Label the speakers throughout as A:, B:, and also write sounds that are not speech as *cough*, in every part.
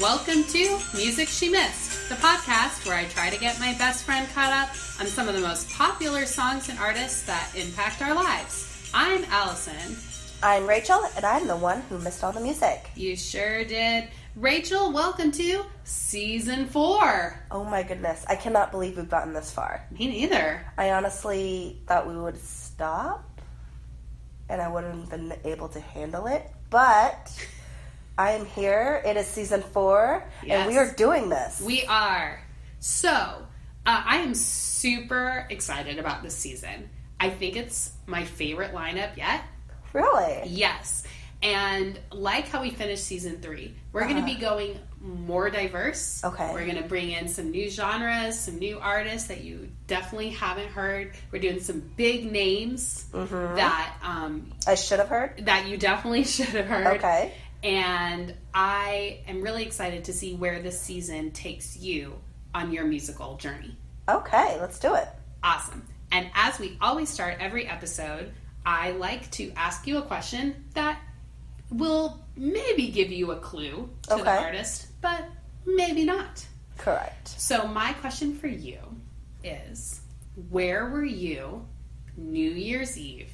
A: Welcome to Music She Missed, the podcast where I try to get my best friend caught up on some of the most popular songs and artists that impact our lives. I'm Allison.
B: I'm Rachel, and I'm the one who missed all the music.
A: You sure did. Rachel, welcome to season four.
B: Oh my goodness, I cannot believe we've gotten this far.
A: Me neither.
B: I honestly thought we would stop, and I wouldn't have been able to handle it, but
A: *laughs*
B: I am here. It is season four, and we
A: Yes.
B: are doing this.
A: We are. So, uh, I am super excited about this season. I think it's my favorite lineup yet.
B: really?
A: Yes. And like how we finished season three, we're going to be going more diverse.
B: Uh-huh. Okay.
A: We're going to bring in some new genres, some new artists that you definitely haven't heard. We're doing some big names
B: Mm-hmm.
A: that um,
B: I should have heard.
A: that you definitely *laughs* should have heard.
B: Okay.
A: And I am really excited to see where this season takes you on your musical journey.
B: Okay, let's do it.
A: Awesome. And as we always start every episode, I like to ask you a question that will maybe give you a clue to the
B: Okay.
A: artist, but maybe not.
B: Correct.
A: So, my question for you is Where were you New Year's Eve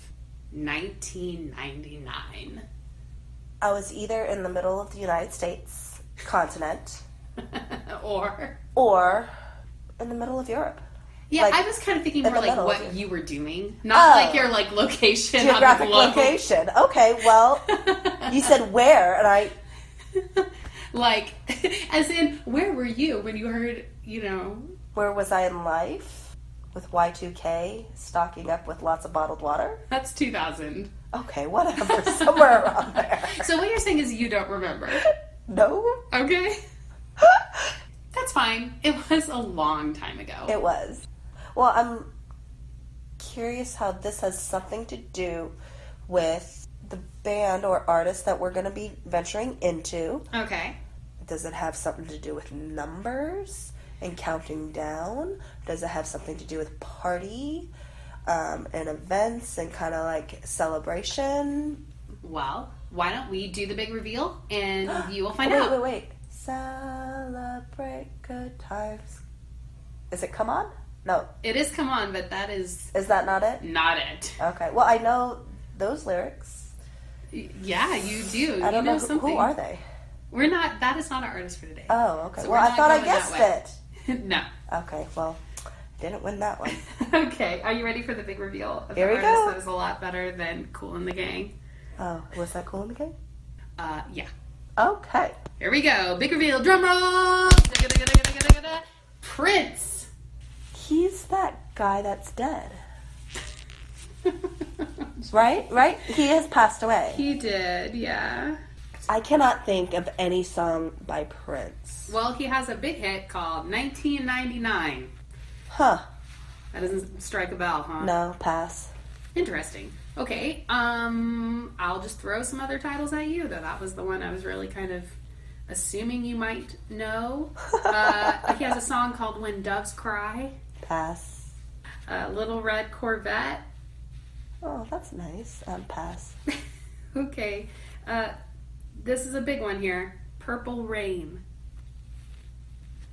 A: 1999?
B: I was either in the middle of the United States continent
A: *laughs* or,
B: or in the middle
A: *laughs*
B: of Europe.
A: yeah,
B: Like,
A: I was kind of thinking
B: in
A: more
B: the
A: like
B: middle,
A: what
B: yeah.
A: you were doing, not
B: Oh.
A: like your like location
B: Geographic
A: on the
B: location. Okay,
A: *laughs*
B: well,
A: globe.
B: you said where, and I
A: *laughs* like as in where were you when you heard you know
B: Where was I in life? With Y2K stocking up with lots of bottled water?
A: that's 2000
B: Okay, whatever. *laughs* Somewhere
A: *laughs*
B: around there.
A: so what you're saying is you don't remember
B: No? *laughs*
A: okay that's fine it was a long time ago
B: It was. Well, I'm curious how this has something to do with the band or artist that we're going to be venturing into.
A: okay
B: Does it have something to do with numbers and counting down? Does it have something to do with party um, and events and kind of like celebration?
A: well why don't we do the big reveal and
B: *gasps*
A: you will find
B: Oh, wait,
A: out
B: Wait, wait, Celebrate good times. Is it come on? No.
A: it is come on but that is
B: Is that not it?
A: not it
B: Okay. Well, I know those lyrics.
A: Y- yeah you do
B: I
A: you know,
B: don't know. who,
A: something
B: who are they?
A: we're not that is not our artist for today
B: Oh, okay.
A: So we're
B: well, I
A: not
B: thought I
A: going that
B: guessed
A: *laughs*
B: it.
A: no
B: Okay, well, didn't win that
A: *laughs*
B: one.
A: okay, are you ready for the big reveal? Of
B: Here
A: the
B: we
A: artist
B: go.
A: That was a lot better than Cool in the Gang.
B: Oh, was that cool in the game?
A: Uh, yeah.
B: Okay.
A: Here we go. Big reveal. Drum roll. Prince.
B: *laughs* He's that guy that's dead. Right? Right? He has passed away.
A: he did. Yeah.
B: I cannot think of any song by Prince.
A: Well, he has a big hit called 1999.
B: Huh.
A: That doesn't strike a bell, huh?
B: No, pass.
A: Interesting. Okay. Um, I'll just throw some other titles at you though. That was the one I was really kind of assuming you might
B: *laughs*
A: know. Uh, he has a song called "When Doves Cry."
B: Pass.
A: uh, little red Corvette. *laughs*
B: Oh, that's nice. Um, pass.
A: okay, uh, this is a big one here. Purple Rain.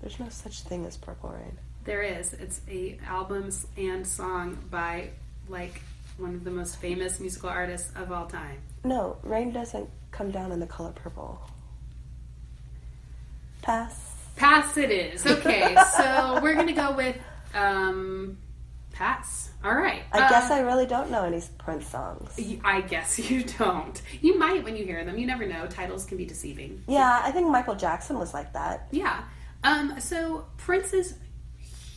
B: There's no such thing as purple rain.
A: There is. It's a album s- and song by like one of the most famous musical artists of all time.
B: No, rain doesn't come down in the color purple. Pass.
A: Pass it is. *laughs* Okay, so we're gonna go with um, pass. All right. uh,
B: I guess I really don't know any Prince songs.
A: I guess *laughs* you don't. You might when you hear them. You never know. Titles can be deceiving.
B: Yeah, I think Michael Jackson was like that.
A: Yeah. Um, so Prince is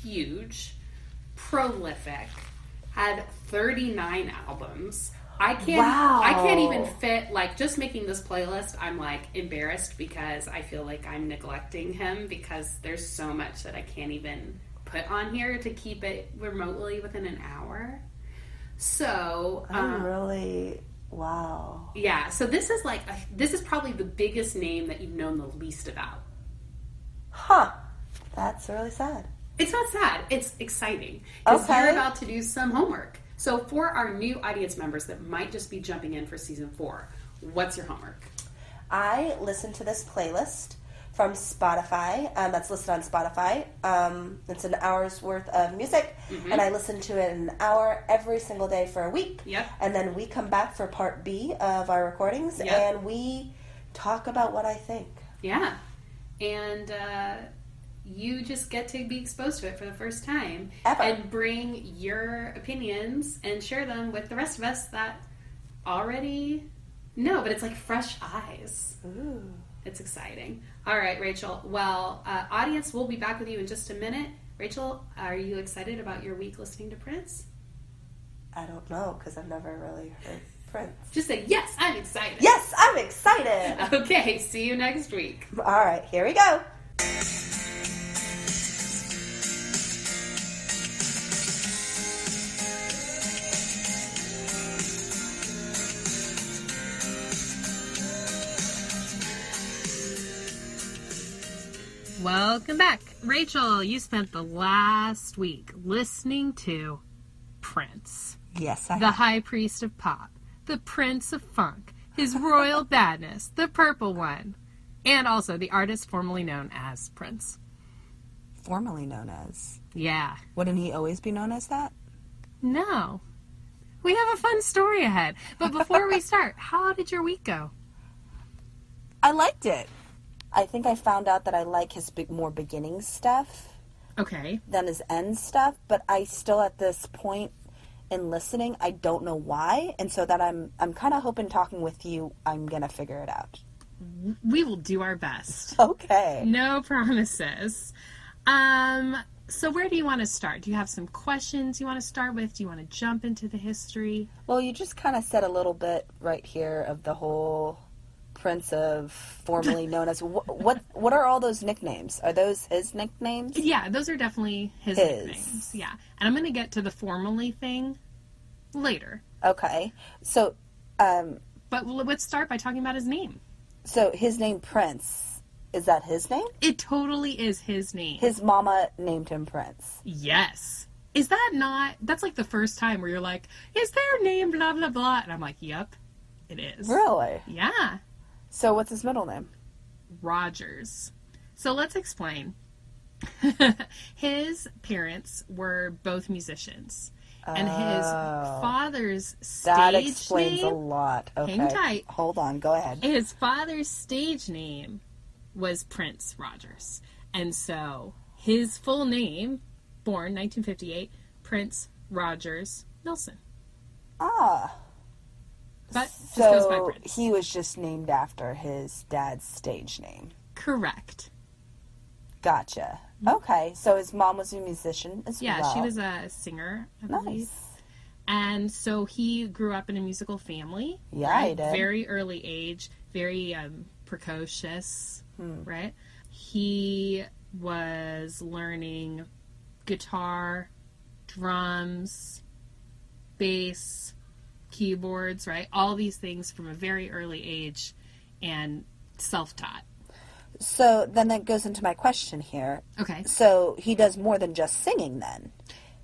A: huge, prolific, had 39 albums. I can't
B: Wow.
A: I can't even fit like just making this playlist, I'm like embarrassed because I feel like I'm neglecting him because there's so much that I can't even put on here to keep it remotely within an hour. So
B: I'm
A: um,
B: really wow.
A: yeah, so this is like a, this is probably the biggest name that you've known the least about.
B: Huh. That's really sad.
A: It's not sad. It's exciting because
B: Okay.
A: you're about to do some homework. So, for our new audience members that might just be jumping in for season four, what's your homework?
B: I listened to this playlist from Spotify. Um, that's listed on Spotify. Um, it's an hour's worth of music,
C: Mm-hmm.
B: and I listen to it an hour every single day for a week.
C: Yep.
B: And then we come back for part B of our recordings,
C: Yep.
B: and we talk about what I think.
C: Yeah. And uh, you just get to be exposed to it for the first time.
B: Ever.
C: And bring your opinions and share them with the rest of us that already know, but it's like fresh eyes.
B: Ooh.
C: It's exciting. All right, Rachel. Well, uh, audience, we'll be back with you in just a minute. Rachel, are you excited about your week listening to Prince?
B: I don't know because I've never really heard Prince.
C: *laughs* Just say, yes, I'm excited.
B: Yes, I'm excited.
C: *laughs* Okay, see you next week.
B: All right, here we go.
C: Welcome back. Rachel, you spent the last week listening to Prince,
B: Yes, I
C: the high priest of pop, the prince of funk, his *laughs* royal badness, the purple one, and also the artist formerly known as Prince.
B: formerly known as.
C: Yeah.
B: Wouldn't he always be known as that?
C: No. We have a fun story ahead. But before *laughs* we start, how did your week go?
B: I liked it. I think I found out that I like his big, more beginning stuff
C: Okay.
B: than his end stuff, but I still at this point in listening, I don't know why, and so that I'm I'm kind of hoping talking with you, I'm gonna figure it out. *laughs*
C: We will do our best.
B: Okay.
C: No promises. Um, so where do you want to start? Do you have some questions you want to start with? Do you want to jump into the history?
B: Well, you just kind of said a little bit right here of the whole Prince of formerly known as what what, what are all those nicknames? Are those his nicknames?
C: Yeah, those are definitely his,
B: His.
C: nicknames. Yeah. And I'm going to get to the formally thing later.
B: Okay. So um
C: But l- let's start by talking about his name.
B: so his name Prince is that his name?
C: It totally is his name.
B: His mama named him Prince.
C: Yes. Is that not? That's like the first time where you're like, is their name blah blah blah? And I'm like, yep, it is.
B: Really?
C: Yeah,
B: So what's his middle name?
C: Rogers. So let's explain. his parents were both musicians, and his father's stage
B: Oh. That explains a
C: name.
B: lot. Okay.
C: Hang tight.
B: Hold on. Go ahead.
C: His father's stage name was Prince Rogers. And so his full name, born 1958, Prince Rogers Nelson.
B: Ah.
C: But just goes by
B: So
C: Prince.
B: he was just named after his dad's stage name.
C: Correct.
B: Gotcha. Okay. So his mom was a musician as
C: Mm-hmm. Yeah,
B: well.
C: she was a singer, I believe.
B: nice.
C: And so he grew up in a musical family.
B: Yeah, he
C: right?
B: did.
C: Very early age, very um, precocious, right? He was learning guitar, drums, bass, keyboards, right? All these things from a very early age and self taught.
B: So then that goes into my question here.
C: Okay.
B: So he does more than just singing then.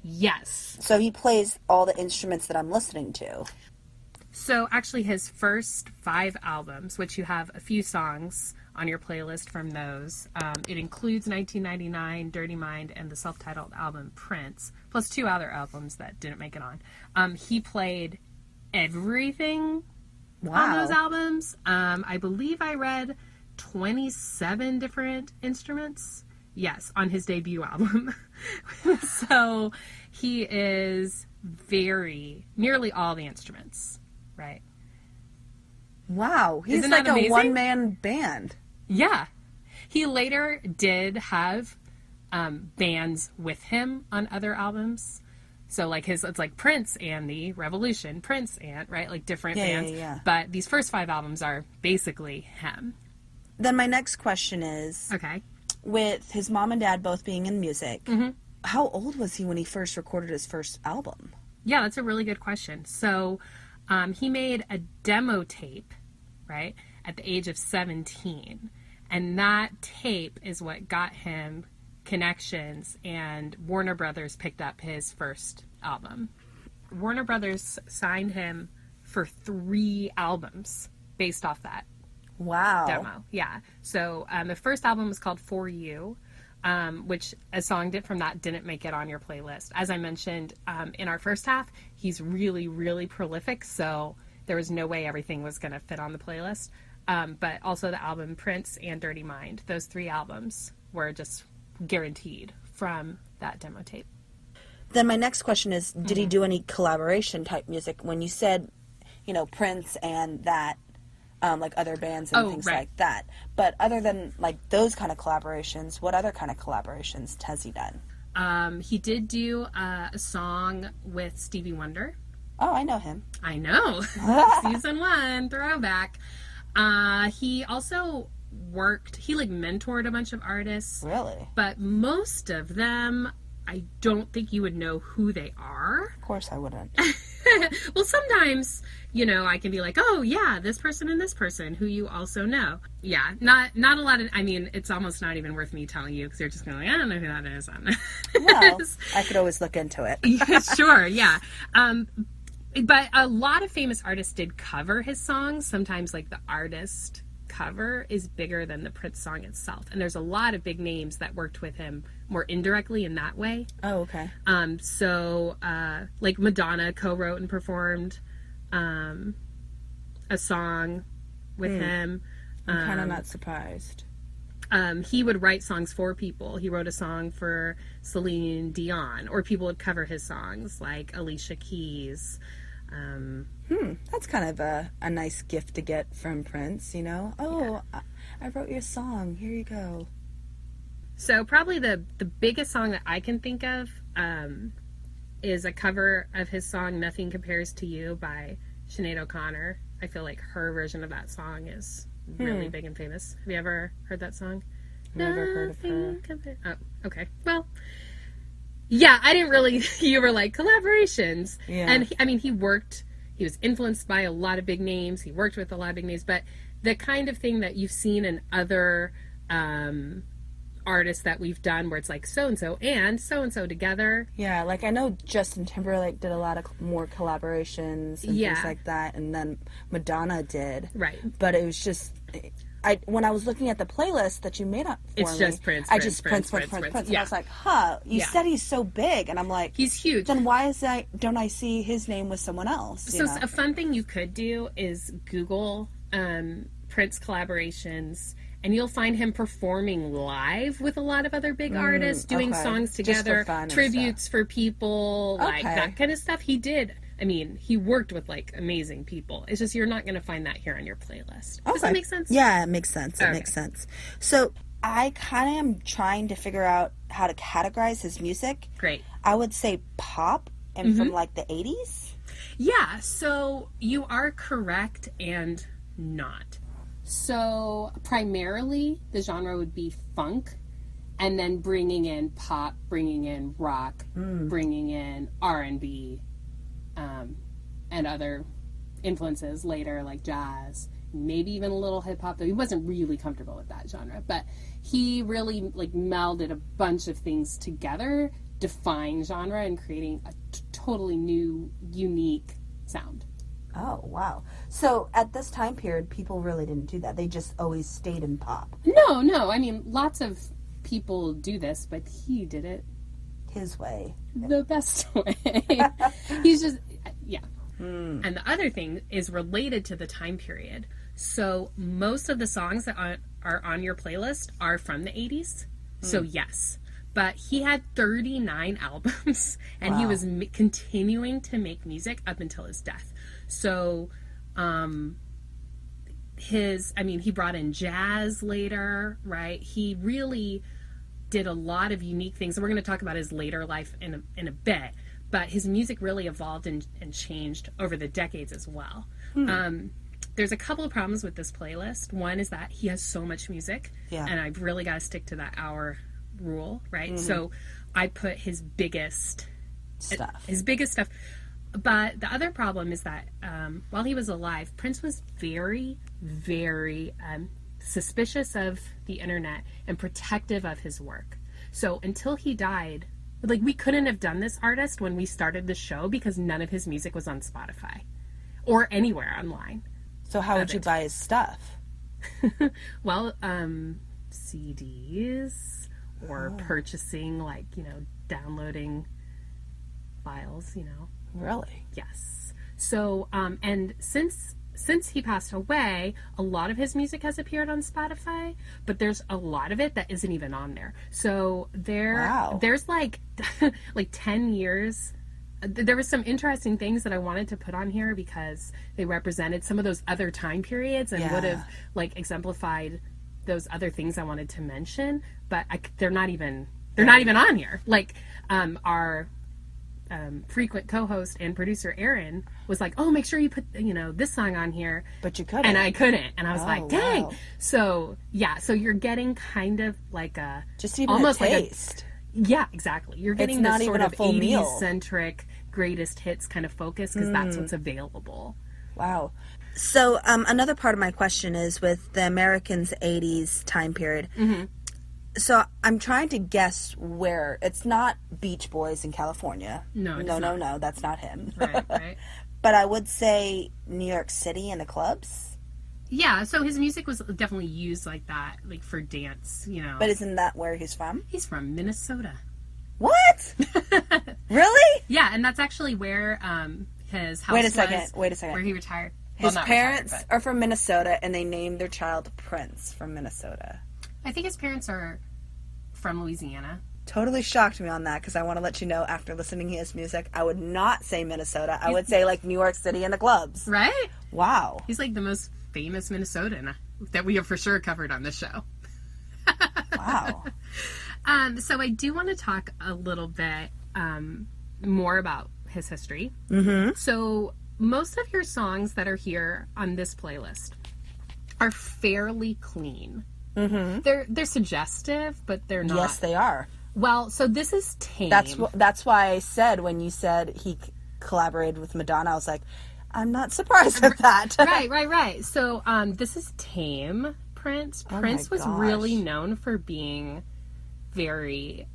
C: Yes.
B: So he plays all the instruments that I'm listening to.
C: So, actually, his first five albums, which you have a few songs on your playlist from those, um, it includes 1999, Dirty Mind, and the self titled album Prince, plus two other albums that didn't make it on. Um, he played everything on those albums. Um, I believe I read 27 different instruments. Yes, on his debut *laughs* album. so he is very, nearly all the instruments, right?
B: Wow. He's
C: Isn't
B: like
C: that
B: a
C: amazing?
B: one man band.
C: Yeah. He later did have um, bands with him on other albums. So like his it's like Prince and the Revolution, Prince and right, like different
B: Yeah, yeah,
C: bands.
B: yeah.
C: But these first five albums are basically him.
B: Then my next question is
C: Okay.
B: with his mom and dad both being in music,
C: Mm-hmm.
B: how old was he when he first recorded his first album?
C: Yeah, that's a really good question. So um, he made a demo tape, right, at the age of 17. And that tape is what got him connections, and Warner Brothers picked up his first album. Warner Brothers signed him for three albums based off that
D: Wow.
C: demo. Yeah. So um, the first album was called For You, um, which a song did from that didn't make it on your playlist. As I mentioned um, in our first half, he's really, really prolific. So there was no way everything was going to fit on the playlist. Um, but also the album Prince and Dirty Mind, those three albums were just guaranteed from that demo tape.
B: Then my next question is, did
C: Mm-hmm.
B: he do any collaboration type music? When you said, you know, Prince and that, um, like other bands and
C: Oh,
B: things
C: right.
B: like that. But other than like those kind of collaborations, what other kind of collaborations has he done?
C: Um, he did do uh, a song with Stevie Wonder.
B: Oh, I know him.
C: I know. Season one throwback. Uh, he also worked. He like mentored a bunch of artists,
B: Really?
C: but most of them, I don't think you would know who they are.
B: Of course I
C: *laughs*
B: wouldn't.
C: Well, sometimes you know I can be like, oh yeah, this person and this person who you also know. Yeah, not not a lot of. I mean, it's almost not even worth me telling you because you're just going like, I don't know who that is. *laughs* I don't know.
B: Well, I could always look into it.
C: Yeah, *laughs* sure, yeah. Um, but a lot of famous artists did cover his songs. Sometimes, like the artist cover is bigger than the Prince song itself, and there's a lot of big names that worked with him more indirectly in that way.
B: Oh, okay.
C: Um, so, uh, like Madonna co-wrote and performed um, a song with him.
E: I'm kind of not surprised.
C: um, he would write songs for people. He wrote a song for Celine Dion, or people would cover his songs, like Alicia Keys. Um,
E: That's kind of a, a nice gift to get from Prince, you know? Oh, I, I wrote your song. Here you go.
C: so probably the the biggest song that I can think of um, is a cover of his song "Nothing Compares to You" by Sinead O'Connor. I feel like her version of that song is really big and famous. Have you ever heard that song?
E: Hmm. Never heard of her.
C: Compa- oh, okay. Well, yeah, I didn't really. *laughs* You were like collaborations,
E: Yeah.
C: and he, I mean, he worked. He was influenced by a lot of big names. He worked with a lot of big names, but the kind of thing that you've seen in other um, artists that we've done, where it's like so and so and so and so together.
E: Yeah, like I know Justin Timberlake did a lot of more collaborations and
C: Yeah.
E: things like that, and then Madonna did.
C: Right.
E: But it was just, I when I was looking at the playlist that you made up for
C: It's
E: me,
C: just Prince,
E: I
C: Prince,
E: just
C: Prince,
E: Prince, Prince, Prince,
C: Prince,
E: Prince,
C: Prince.
E: and I was like, huh,
B: You
C: Yeah.
B: said he's so big, and I'm like,
C: He's huge.
B: Then why is I don't I see his name with someone else?
C: So
B: You know?
C: a fun thing you could do is Google um, Prince collaborations, and you'll find him performing live with a lot of other big artists, doing
E: Mm, okay.
C: songs
E: Just for
C: together,
E: fun and
C: tributes for people, like
E: Okay.
C: that kind of stuff. He did. I mean, he worked with like amazing people. It's just you're not going to find that here on your playlist. Does that
E: Okay.
C: make sense?
E: Yeah, it makes sense. It
C: Okay.
E: makes sense. So
B: I kind of am trying to figure out how to categorize his music.
C: Great.
B: I would say pop and from
C: Mm-hmm.
B: like the 80s.
C: Yeah, so you are correct and not. So primarily the genre would be funk and then bringing in pop, bringing in rock, bringing in R&B um, and other influences later like jazz, maybe even a little hip hop though he wasn't really comfortable with that genre, but he really like melded a bunch of things together, defined genre and creating a t- totally new unique sound.
B: Oh, wow. So at this time period, people really didn't do that. They just always stayed in pop
C: No, no. I mean, lots of people do this, but he did it
B: his way.
C: the best *laughs* way. He's just, yeah. And the other thing is related to the time period. So most of the songs that are, are on your playlist are from the 80s. So, yes. But he had 39 *laughs* albums and he was m- continuing to make music up until his death. So, um, his, I mean, he brought in jazz later, right? He really did a lot of unique things. And we're going to talk about his later life in a, in a bit. But his music really evolved and, and changed over the decades as well. Um, there's a couple of problems with this playlist. One is that he has so much music,
D: Yeah.
C: and I've really got to stick to that hour rule, right? So I put his biggest
B: Stuff.
C: his biggest stuff. But the other problem is that um, while he was alive, Prince was very, very um, suspicious of the internet and protective of his work. So until he died, like we couldn't have done this artist when we started the show because none of his music was on Spotify or anywhere online.
E: so how would you buy his stuff?
C: well, um, CDs or purchasing, like, you know, downloading files, you know.
E: Really?
C: Yes. So, um, and since since he passed away, a lot of his music has appeared on Spotify, but there's a lot of it that isn't even on there. So there,
E: Wow.
C: there's like *laughs* like ten years. Th- There were some interesting things that I wanted to put on here because they represented some of those other time periods and would have like exemplified those other things I wanted to mention. But I c they're not even they're not even on here. Like um, our um, frequent co-host and producer Aaron was like, "Oh, make sure you put you know this song on here,"
E: But you couldn't. Oh,
C: and I couldn't, and I was like, "Dang!" So yeah, so you're getting kind of like a
E: Just even
C: almost
E: a
C: like
E: taste.
C: yeah, exactly. You're getting
E: not
C: this sort
E: even a
C: of
E: full meal. Mm.
C: centric greatest hits kind of focus because that's what's available.
E: wow.
B: So, um, another part of my question is with the Americans' 80s time period.
C: Mm-hmm.
B: So, I'm trying to guess where it's not Beach Boys in California.
C: No, it's
B: no, no, no, that's not him.
C: Right, *laughs* right.
B: *laughs* but I would say New York City and the clubs.
C: yeah, so his music was definitely used like that, like for dance. You know,
B: But isn't that where he's from?
C: he's from Minnesota. *laughs*
B: What? really?
C: Yeah, and that's actually where um, his house.
B: Wait a
C: was,
B: second, wait a second.
C: Where he retired. Well,
B: His
C: not retired,
B: parents
C: but-
B: are from Minnesota and they named their child Prince from Minnesota.
C: I think his parents are from Louisiana.
B: Totally shocked me on that because I want to let you know after listening to his music, I would not say Minnesota. I would say like New York City and the clubs.
C: Right?
B: Wow.
C: He's like the most famous Minnesotan that we have for sure covered on this show.
B: *laughs* Wow.
C: Um, so I do want to talk a little bit um, more about his history. Mm-hmm. So most of your songs that are here on this playlist are fairly clean. Mm-hmm. They're they're suggestive, but they're not.
E: Yes, they are.
C: well, so this is tame.
E: That's wh- that's why I said when you said he c- collaborated with Madonna, I was like, I'm not surprised at that. *laughs*
C: right, right, right. So um, this is Tame Prince.
E: Oh
C: Prince was really known for being very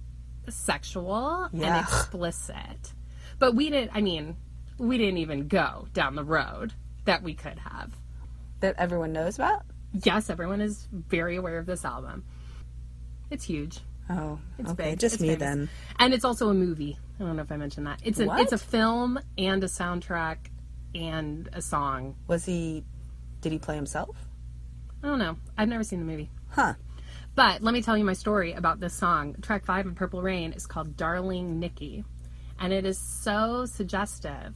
C: sexual and
E: Yeah.
C: explicit. But we didn't, I mean, we didn't even go down the road that we could have.
E: that everyone knows about.
C: Yes, everyone is very aware of this album. It's huge.
E: Oh,
C: It's
E: okay,
C: big.
E: just
C: It's
E: me
C: famous.
E: then.
C: And it's also a movie. I don't know if I mentioned that. It's a
E: What?
C: it's a film and a soundtrack and a song.
E: Was he? Did he play himself?
C: I don't know. I've never seen the movie.
E: Huh.
C: But let me tell you my story about this song. Track five of Purple Rain is called Darling Nikki. And it is so suggestive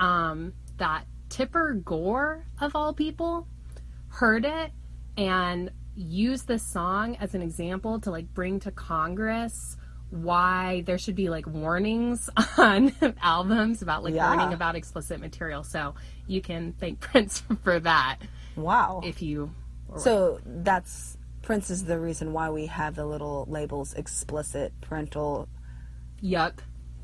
C: um, that Tipper Gore, of all people, heard it and used this song as an example to like bring to Congress why there should be like warnings *laughs* on albums about like warning about explicit material. So you can thank *laughs* Prince for that
E: Wow.
C: if you were
E: so that's Prince is the reason why we have the little labels explicit, parental.
C: yuck.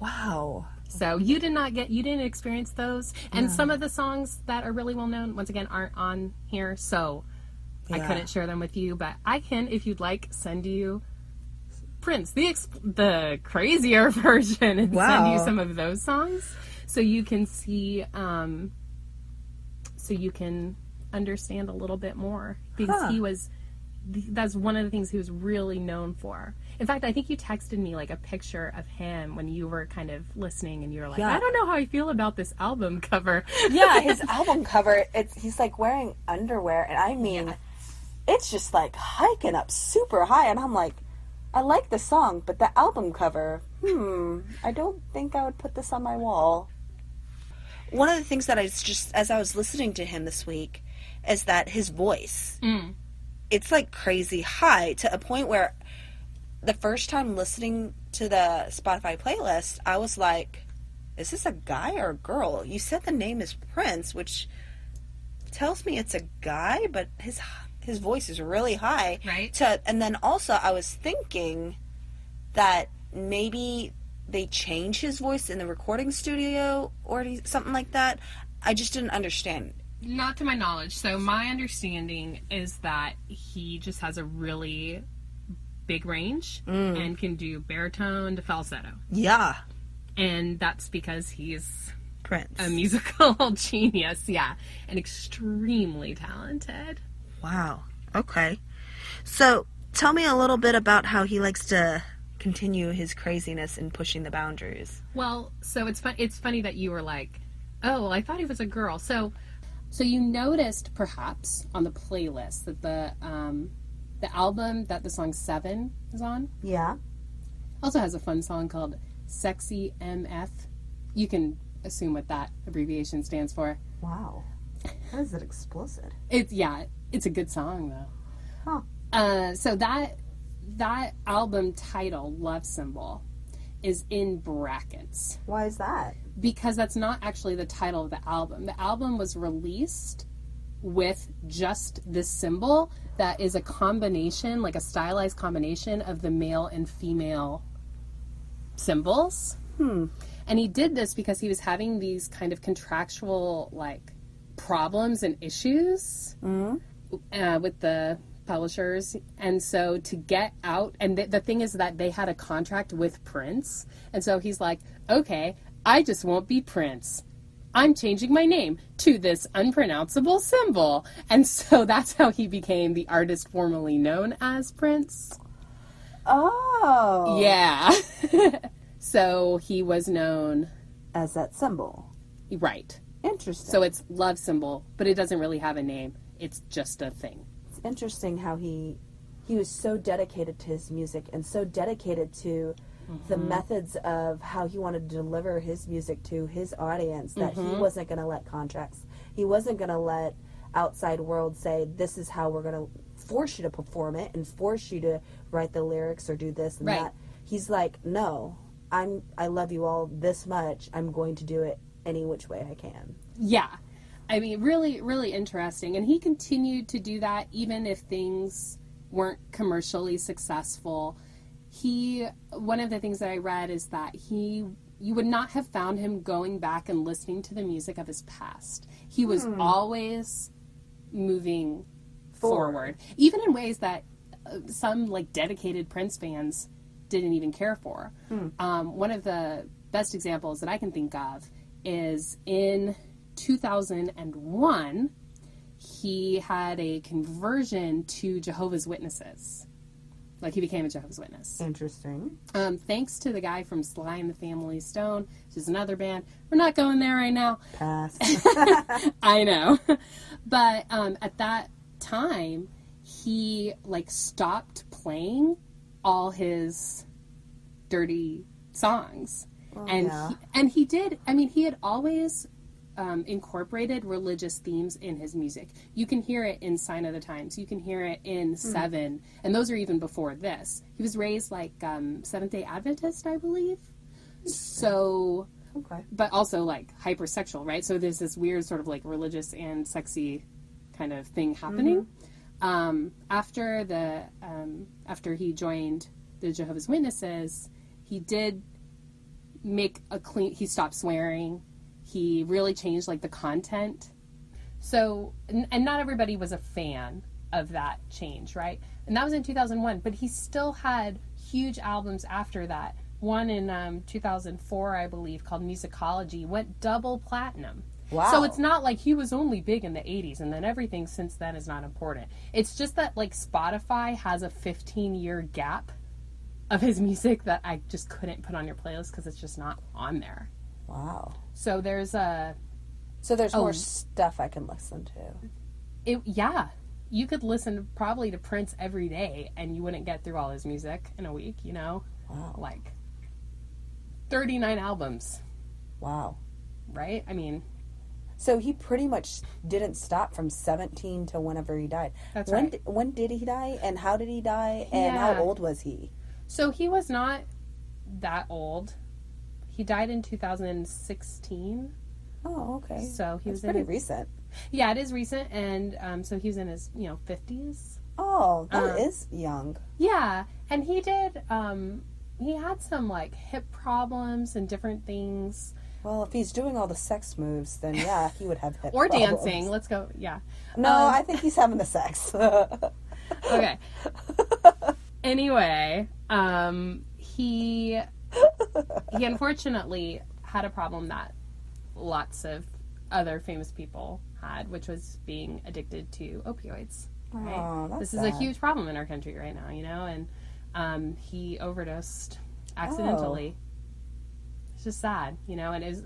E: Wow.
C: So you did not get you didn't experience those. And some of the songs that are really well known once again aren't on here, so I
E: Yeah.
C: couldn't share them with you, but I can if you'd like send you Prince the ex- the crazier *laughs* version and send you
E: Wow.
C: some of those songs so you can see um so you can understand a little bit more because he was th- that's one of the things he was really known for. In fact, I think you texted me like a picture of him when you were kind of listening and you were like,
E: Yeah.
C: I don't know how I feel about this album cover. *laughs*
B: yeah, his album cover, it's he's like wearing underwear and I mean it's just like hiking up super high and I'm like I like the song, but the album cover, hmm, I don't think I would put this on my wall. One of the things that I was just as I was listening to him this week is that his voice it's like crazy high to a point where the first time listening to the Spotify playlist, I was like, is this a guy or a girl? You said the name is Prince, which tells me it's a guy, but his his voice is really high.
C: Right.
B: To, and then also I was thinking that maybe they change his voice in the recording studio or something like that. I just didn't understand.
C: Not to my knowledge. So my understanding is that he just has a really big range and can do baritone to falsetto.
B: Yeah,
C: And that's because he's
B: Prince.
C: a *laughs* musical genius, yeah, and extremely talented.
B: wow.
E: Okay. So tell me a little bit about how he likes to continue his craziness in pushing the boundaries.
C: Well, so it's fun. It's funny that you were like, "Oh, well, I thought he was a girl." So, so you noticed perhaps on the playlist that the um, the album that the song Seven is on
B: Yeah.
C: also has a fun song called "Sexy MF." You can assume what that abbreviation stands for.
B: Wow. That is an explicit.
C: It's yeah, it's a good song though.
B: Huh.
C: Uh, so that that album title, Love Symbol, is in brackets
B: Why is that?
C: because that's not actually the title of the album. The album was released with just this symbol that is a combination, like a stylized combination of the male and female symbols. And he did this because he was having these kind of contractual like problems and issues uh, with the publishers and so to get out and th- the thing is that they had a contract with prince and so he's like okay i just won't be prince i'm changing my name to this unpronounceable symbol and so *laughs* that's how he became the artist formerly known as prince
B: Oh.
C: yeah *laughs* so he was known
B: As that symbol.
C: right
B: Interesting.
C: so it's love symbol but it doesn't really have a name it's just a thing
B: it's interesting how he he was so dedicated to his music and so dedicated to the methods of how he wanted to deliver his music to his audience that he wasn't going to let contracts he wasn't going to let outside world say this is how we're going to force you to perform it and force you to write the lyrics or do this and
C: Right.
B: that he's like no i'm i love you all this much i'm going to do it any which way i can
C: Yeah. I mean, really, really interesting. And he continued to do that even if things weren't commercially successful. He, one of the things that I read is that he, you would not have found him going back and listening to the music of his past. He was always moving forward. even in ways that uh, some like dedicated Prince fans didn't even care for. Um, one of the best examples that I can think of is in 2001, he had a conversion to Jehovah's Witnesses. Like he became a Jehovah's Witness
B: interesting
C: um, thanks to the guy from Sly and the Family Stone, which is another band. We're not going there right now.
B: pass
C: *laughs* I know, but um, at that time, he like stopped playing all his dirty songs, and he, and he did. I mean, he had always. Um, incorporated religious themes in his music. You can hear it in Sign of the Times. You can hear it in Seven, and those are even before this. He was raised like um, Seventh Day Adventist, I believe. So
B: okay
C: but also like hypersexual, right? So there's this weird sort of like religious and sexy kind of thing happening. Um, after the um, after he joined the Jehovah's Witnesses, he did make a clean. He stopped swearing. He really changed like the content. So and, and not everybody was a fan of that change, right? And that was in 2001. But he still had huge albums after that. One in um, 2004, I believe, called Musicology, went double platinum. Wow. So it's not like he was only big in the 80s and then everything since then is not important. It's just that like Spotify has a 15 year gap of his music that I just couldn't put on your playlist because it's just not on there.
B: wow
C: So there's a
B: So there's
C: Oh.
B: more stuff I can listen to.
C: it, yeah, you could listen probably to Prince every day and you wouldn't get through all his music in a week, you know?
B: Wow.
C: Like 39 albums,
B: Wow.
C: right? I mean,
B: So he pretty much didn't stop from 17 to whenever he died.
C: That's
B: when
C: right.
B: di- when did he die and how did he die and how
C: Yeah.
B: old was he?
C: so he was not that old. He died in 2016.
B: Oh, okay.
C: So he
B: That's
C: was in
B: pretty
C: his-
B: recent.
C: Yeah, it is recent and um, so he was in his, you know, 50s.
B: Oh,
C: Uh.
B: that is young.
C: Yeah, and he did. Um, he had some like hip problems and different things,
B: Well, if he's doing all the sex moves, then yeah, he would have hip
C: *laughs* or
B: problems.
C: dancing. Um, Let's go. Yeah.
B: No, I think he's having the sex. *laughs*
C: Okay. anyway, um, he he unfortunately had a problem that lots of other famous people had, which was being addicted to opioids. Right?
B: Oh, that's
C: this is a
B: sad.
C: huge problem in our country right now, you know, and um, he overdosed accidentally.
B: Oh.
C: It's just sad, you know, and it was,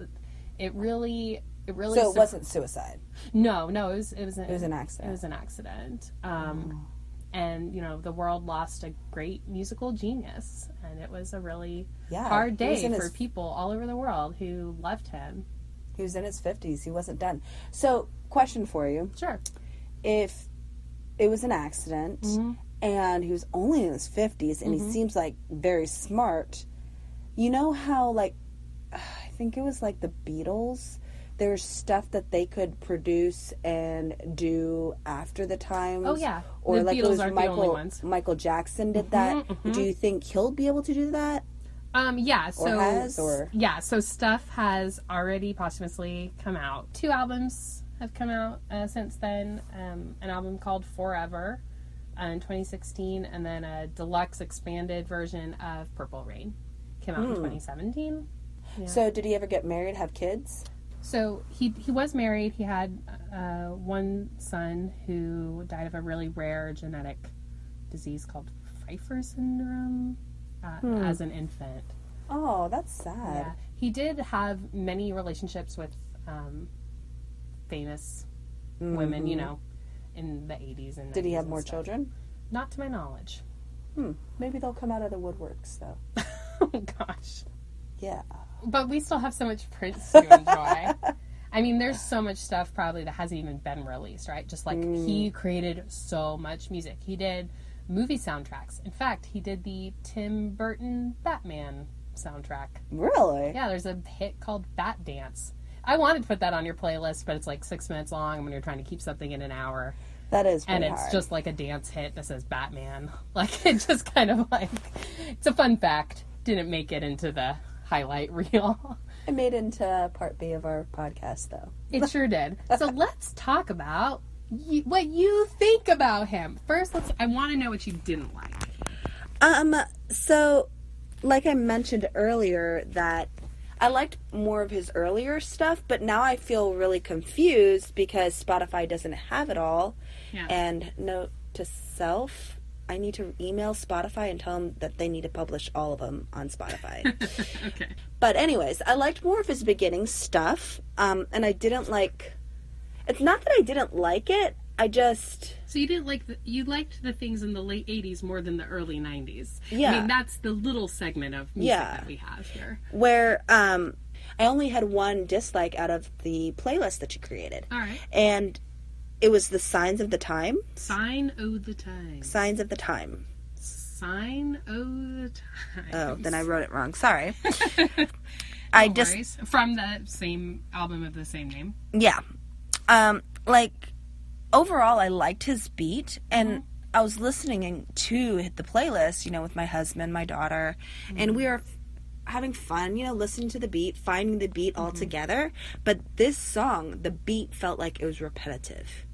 C: it really, it really.
B: So it
C: sur-
B: wasn't suicide.
C: No, no, it was it was,
B: It was an
C: It
B: accident.
C: was an accident. Um, And you know, the world lost a great musical genius, and it was a really
B: Yeah,
C: hard
B: he was
C: day
B: in
C: for
B: his-
C: people all over the world who loved him.
B: He was in his 50s. He wasn't done. So, question for you.
C: Sure.
B: If it was an accident
C: Mm-hmm.
B: and he was only in his 50s and he seems like very smart, you know how, like, *sighs* I think it was like the Beatles. There's stuff that they could produce and do after the times.
C: Oh, yeah.
B: or
C: The
B: like
C: Beatles
B: those
C: aren't the
B: Michael
C: only ones. Mm-hmm,
B: Michael Jackson did that. Do you think he'll be able to do that,
C: Um, yeah. So
B: or has, or
C: Yeah, so Stuff has already posthumously come out. Two albums have come out uh, since then um, an album called Forever uh, in 2016, and then a deluxe expanded version of Purple Rain came out in
B: Hmm.
C: 2017.
B: so? Did he ever get married, have kids?
C: So he, he was married. He had uh, one son who died of a really rare genetic disease called Pfeiffer syndrome uh,
B: Hmm.
C: as an infant.
B: Oh, that's sad.
C: Yeah. He did have many relationships with um, famous women, you know, in the 80s. and
B: Mm-hmm. Did he
C: 90s
B: have
C: and
B: more
C: stuff.
B: children?
C: Not to
B: *laughs*
C: my knowledge.
B: Maybe they'll come out of the woodworks, though.
C: oh, gosh.
B: Yeah.
C: But we still have so much
B: *laughs*
C: Prince to enjoy. I mean, there's so much stuff probably that hasn't even been released, right? Just like
B: Mm.
C: he created so much music. He did movie soundtracks. In fact, he did the Tim Burton Batman soundtrack.
B: Really?
C: Yeah, there's a hit called Bat Dance. I wanted to put that on your playlist, but it's like six minutes long when you're trying to keep something in an hour.
B: That is
C: And
B: pretty
C: it's
B: hard.
C: just like a dance hit that says Batman. *laughs* Like, it just kind of like, it's a fun fact. Didn't make it into the highlight reel. *laughs*
B: I made it into part B of our podcast, though.
C: It sure did.
B: *laughs*
C: So let's talk about y- what you think about him. First, let's, I want to know what you didn't like.
B: Um, so like I mentioned earlier that I liked more of his earlier stuff, but now I feel really confused because Spotify doesn't have it all.
C: Yeah.
B: And note to self, I need to email Spotify and tell them that they need to publish all of them on Spotify.
C: *laughs* Okay.
B: But anyways, I liked more of his beginning stuff. Um, and I didn't like it's not that I didn't like it. I just
C: So you didn't like the, you liked the things in the late '80s more than the early '90s.
B: Yeah.
C: I mean that's the little segment of music
B: Yeah.
C: that we have here.
B: where um I only had one dislike out of the playlist that you created.
C: All right,
B: And it was the signs of the time.
C: sign o' the time,
B: Signs of the time.
C: sign o' the time.
B: Oh, then I wrote it wrong.
C: *laughs*
B: Sorry. I
C: No
B: just
C: worries. from the same album of the same name.
B: yeah. Um like overall I liked his beat and I was listening in- to the playlist, you know, with my husband, my daughter, and we were f- having fun, you know, listening to the beat, finding the beat all together. But this song, the beat felt like it was repetitive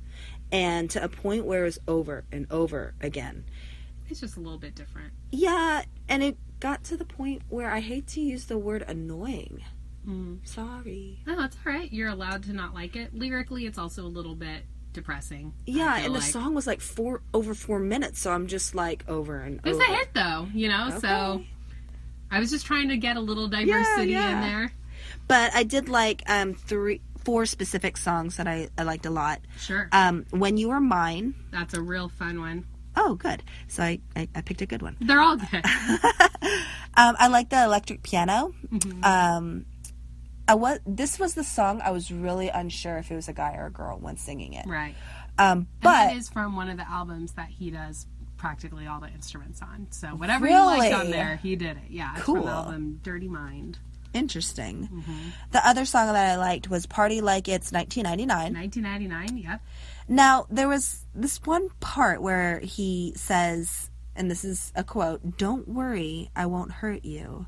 B: and to a point where it was over and over again.
C: It's just a little bit different.
B: Yeah, and it got to the point where I hate to use the word annoying. Sorry.
C: No, it's all right. You're allowed to not like it. Lyrically, it's also a little bit depressing. I
B: Yeah,
C: feel
B: and the
C: like.
B: song was like four over four minutes, so I'm just like over and
C: It was
B: over.
C: a hit though, you know. So I was just trying to get a little diversity
B: yeah.
C: in there.
B: But I did like um three four specific songs that I, I liked a lot.
C: Sure,
B: Um When You Were Mine.
C: that's a real fun one.
B: Oh good. So I, I, I picked a good one.
C: They're all
B: *laughs*
C: good.
B: Um I liked the electric piano.
C: Mm-hmm.
B: Um I was this was the song I was really unsure if it was a guy or a girl when singing it.
C: Right.
B: Um
C: and
B: but
C: that is from one of the albums that he does practically all the instruments on. So whatever
B: Really?
C: he liked on there, he did it. Yeah, it's from
B: Cool.
C: the album Dirty Mind,
B: interesting.
C: Mm-hmm.
B: The other song that I liked was Party Like It's 1999.
C: 1999. Yep.
B: Now, there was this one part where he says, and this is a quote, don't worry, I won't hurt you.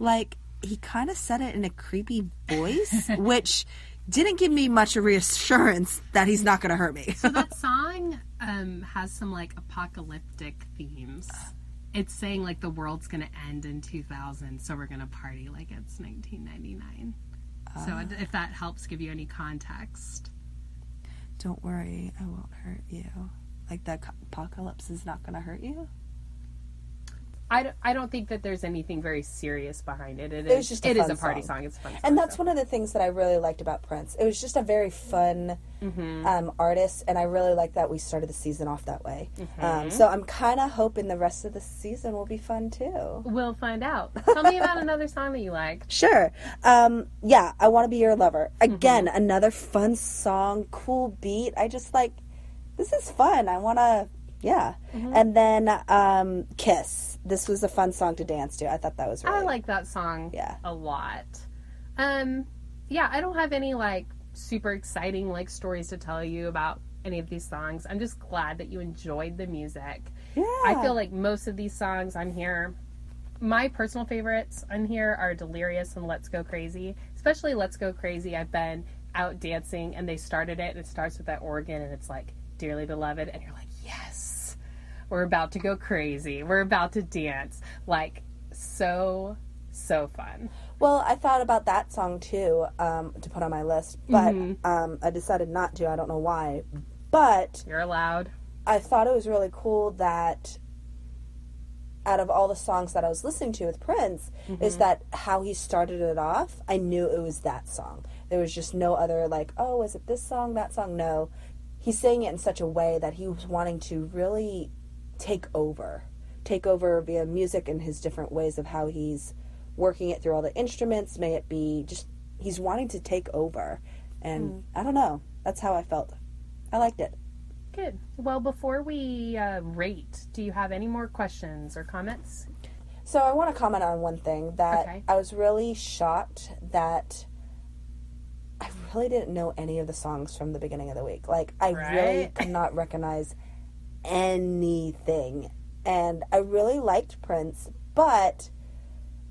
B: Like, he kind of said it in a creepy voice, which didn't give me much reassurance that he's not going to hurt me. *laughs*
C: So that song um, has some like apocalyptic themes. It's saying like the world's gonna end in 2000, so we're gonna party like it's 1999. so if that helps give you any context.
B: don't worry, I won't hurt you.
E: Like the co- apocalypse is not going to hurt you.
C: I, d- I don't think that there's anything very serious behind it. It is
B: It was just a
C: it is
B: fun
C: a party
B: song.
C: song. It's a fun. song,
B: And that's
C: so.
B: one of the things that I really liked about Prince. It was just a very fun
C: Mm-hmm.
B: um, artist, and I really like that we started the season off that way.
C: Mm-hmm.
B: Um, so I'm kind of hoping the rest of the season will be fun too.
C: We'll find out. Tell me
B: *laughs*
C: about another song that you like.
B: Sure. Um, yeah, I want to be your lover.
C: Mm-hmm.
B: Again, another fun song, cool beat. I just like this is fun. I want to, yeah.
C: Mm-hmm.
B: And then um, Kiss. This was a fun song to dance to. I thought that was really
C: I like that song
B: Yeah.
C: a lot. Um, yeah, I don't have any like super exciting like stories to tell you about any of these songs. I'm just glad that you enjoyed the music.
B: Yeah.
C: I feel like most of these songs on here, my personal favorites on here are Delirious and Let's Go Crazy. Especially Let's Go Crazy. I've been out dancing and they started it and it starts with that organ and it's like Dearly Beloved and you're like, "Yes." We're about to go crazy. We're about to dance. Like so so fun.
B: Well, I thought about that song too um, to put on my list, but um, I decided not to. I don't know why. But
C: You're allowed.
B: I thought it was really cool that out of all the songs that I was listening to with Prince, is that how he started it off. I knew it was that song. There was just no other, like, oh, is it this song, that song? No. He sang it in such a way that he was wanting to really take over, take over via music and his different ways of how he's working it through all the instruments. May it be just, he's wanting to take over. And I don't know. That's how I felt. I liked it.
C: Good. Well, before we uh, rate, do you have any more questions or comments?
B: So I want to comment on one thing that
C: Okay.
B: I was really shocked that I really didn't know any of the songs from the beginning of the week. Like I really
C: Right.
B: could not recognize anything. And I really liked Prince, but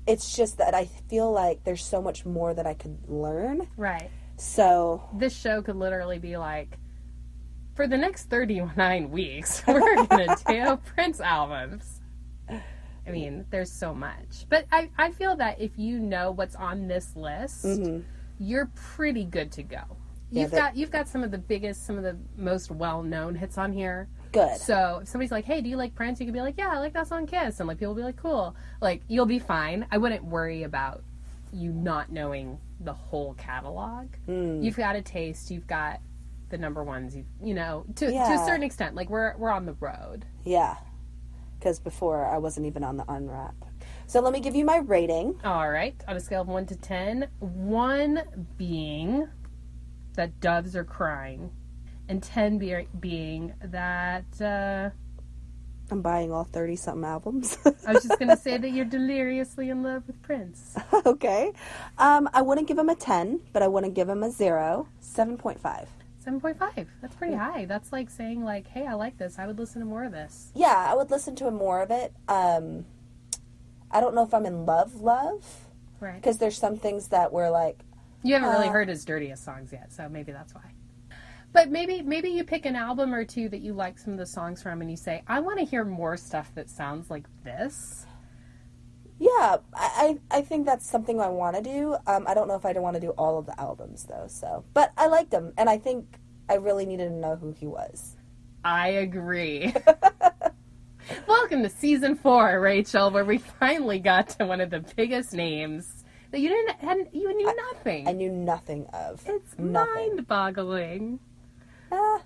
B: it's just that I feel like there's so much more that I could learn.
C: Right.
B: So
C: This show could literally be like, for the next 39 weeks, *laughs* we're going to do Prince albums. I mean, there's so much. But I, I feel that if you know what's on this list, you're pretty good to go. You've
B: that-
C: got you've got some of the biggest, some of the most well known hits on here.
B: good.
C: So if somebody's like, "Hey, do you like Prince?" You can be like, "Yeah, I like that song Kiss," and like people will be like, "Cool." Like you'll be fine. I wouldn't worry about you not knowing the whole catalog. You've got a taste. You've got the number ones. You you know to to
B: Yeah.
C: a certain extent. Like we're we're on the road.
B: yeah. Cuz before I wasn't even on the unwrap. So let me give you my rating.
C: All right, on a scale of one to ten, one being that doves are crying, and ten be- being that. Uh,
B: I'm buying all 30 something albums. *laughs*
C: I was just gonna say that you're deliriously in love with Prince.
B: okay. Um, I wouldn't give him a 10, but I wouldn't give him a 0. 7.5.
C: Seven point five. That's pretty high. That's like saying like, "Hey, I like this. I would listen to more of this."
B: Yeah, I would listen to him more of it. Um, I don't know if I'm in love, love,
C: Right.
B: because there's some things that were like,
C: You haven't really heard his dirtiest songs yet, so maybe that's why. But maybe maybe you pick an album or two that you like some of the songs from, and you say, "I want to hear more stuff that sounds like this."
B: yeah, I, I, I think that's something I want to do. Um, I don't know if I want to do all of the albums, though, so. But I liked him, and I think I really needed to know who he was. *laughs*
C: I agree. Welcome to season four, Rachel, where we finally got to one of the biggest names that you didn't hadn't, you knew nothing.
B: I knew nothing of.
C: it's
B: nothing.
C: mind-boggling.
B: Ah,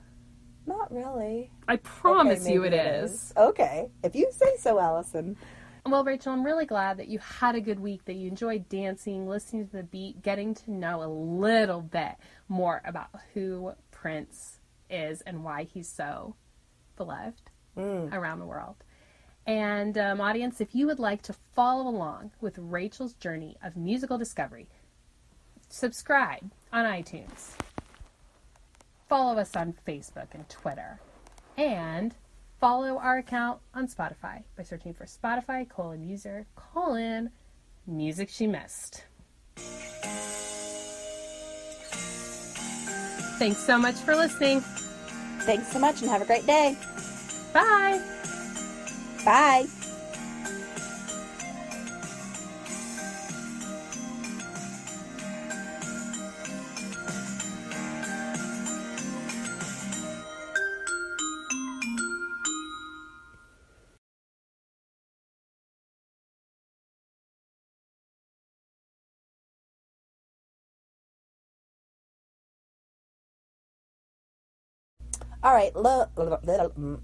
B: not really.
C: I promise
B: Okay,
C: you,
B: maybe
C: it is.
B: Okay, if you say so, Allison.
C: Well, Rachel, I'm really glad that you had a good week, that you enjoyed dancing, listening to the beat, getting to know a little bit more about who Prince is and why he's so beloved around the world. And, um, audience, if you would like to follow along with Rachel's journey of musical discovery, subscribe on iTunes, follow us on Facebook and Twitter, and follow our account on Spotify by searching for Spotify colon user colon music she missed. Thanks so much for listening.
B: Thanks so much and have a great day.
C: Bye.
B: Bye. All right, lo- lo- lo- mm,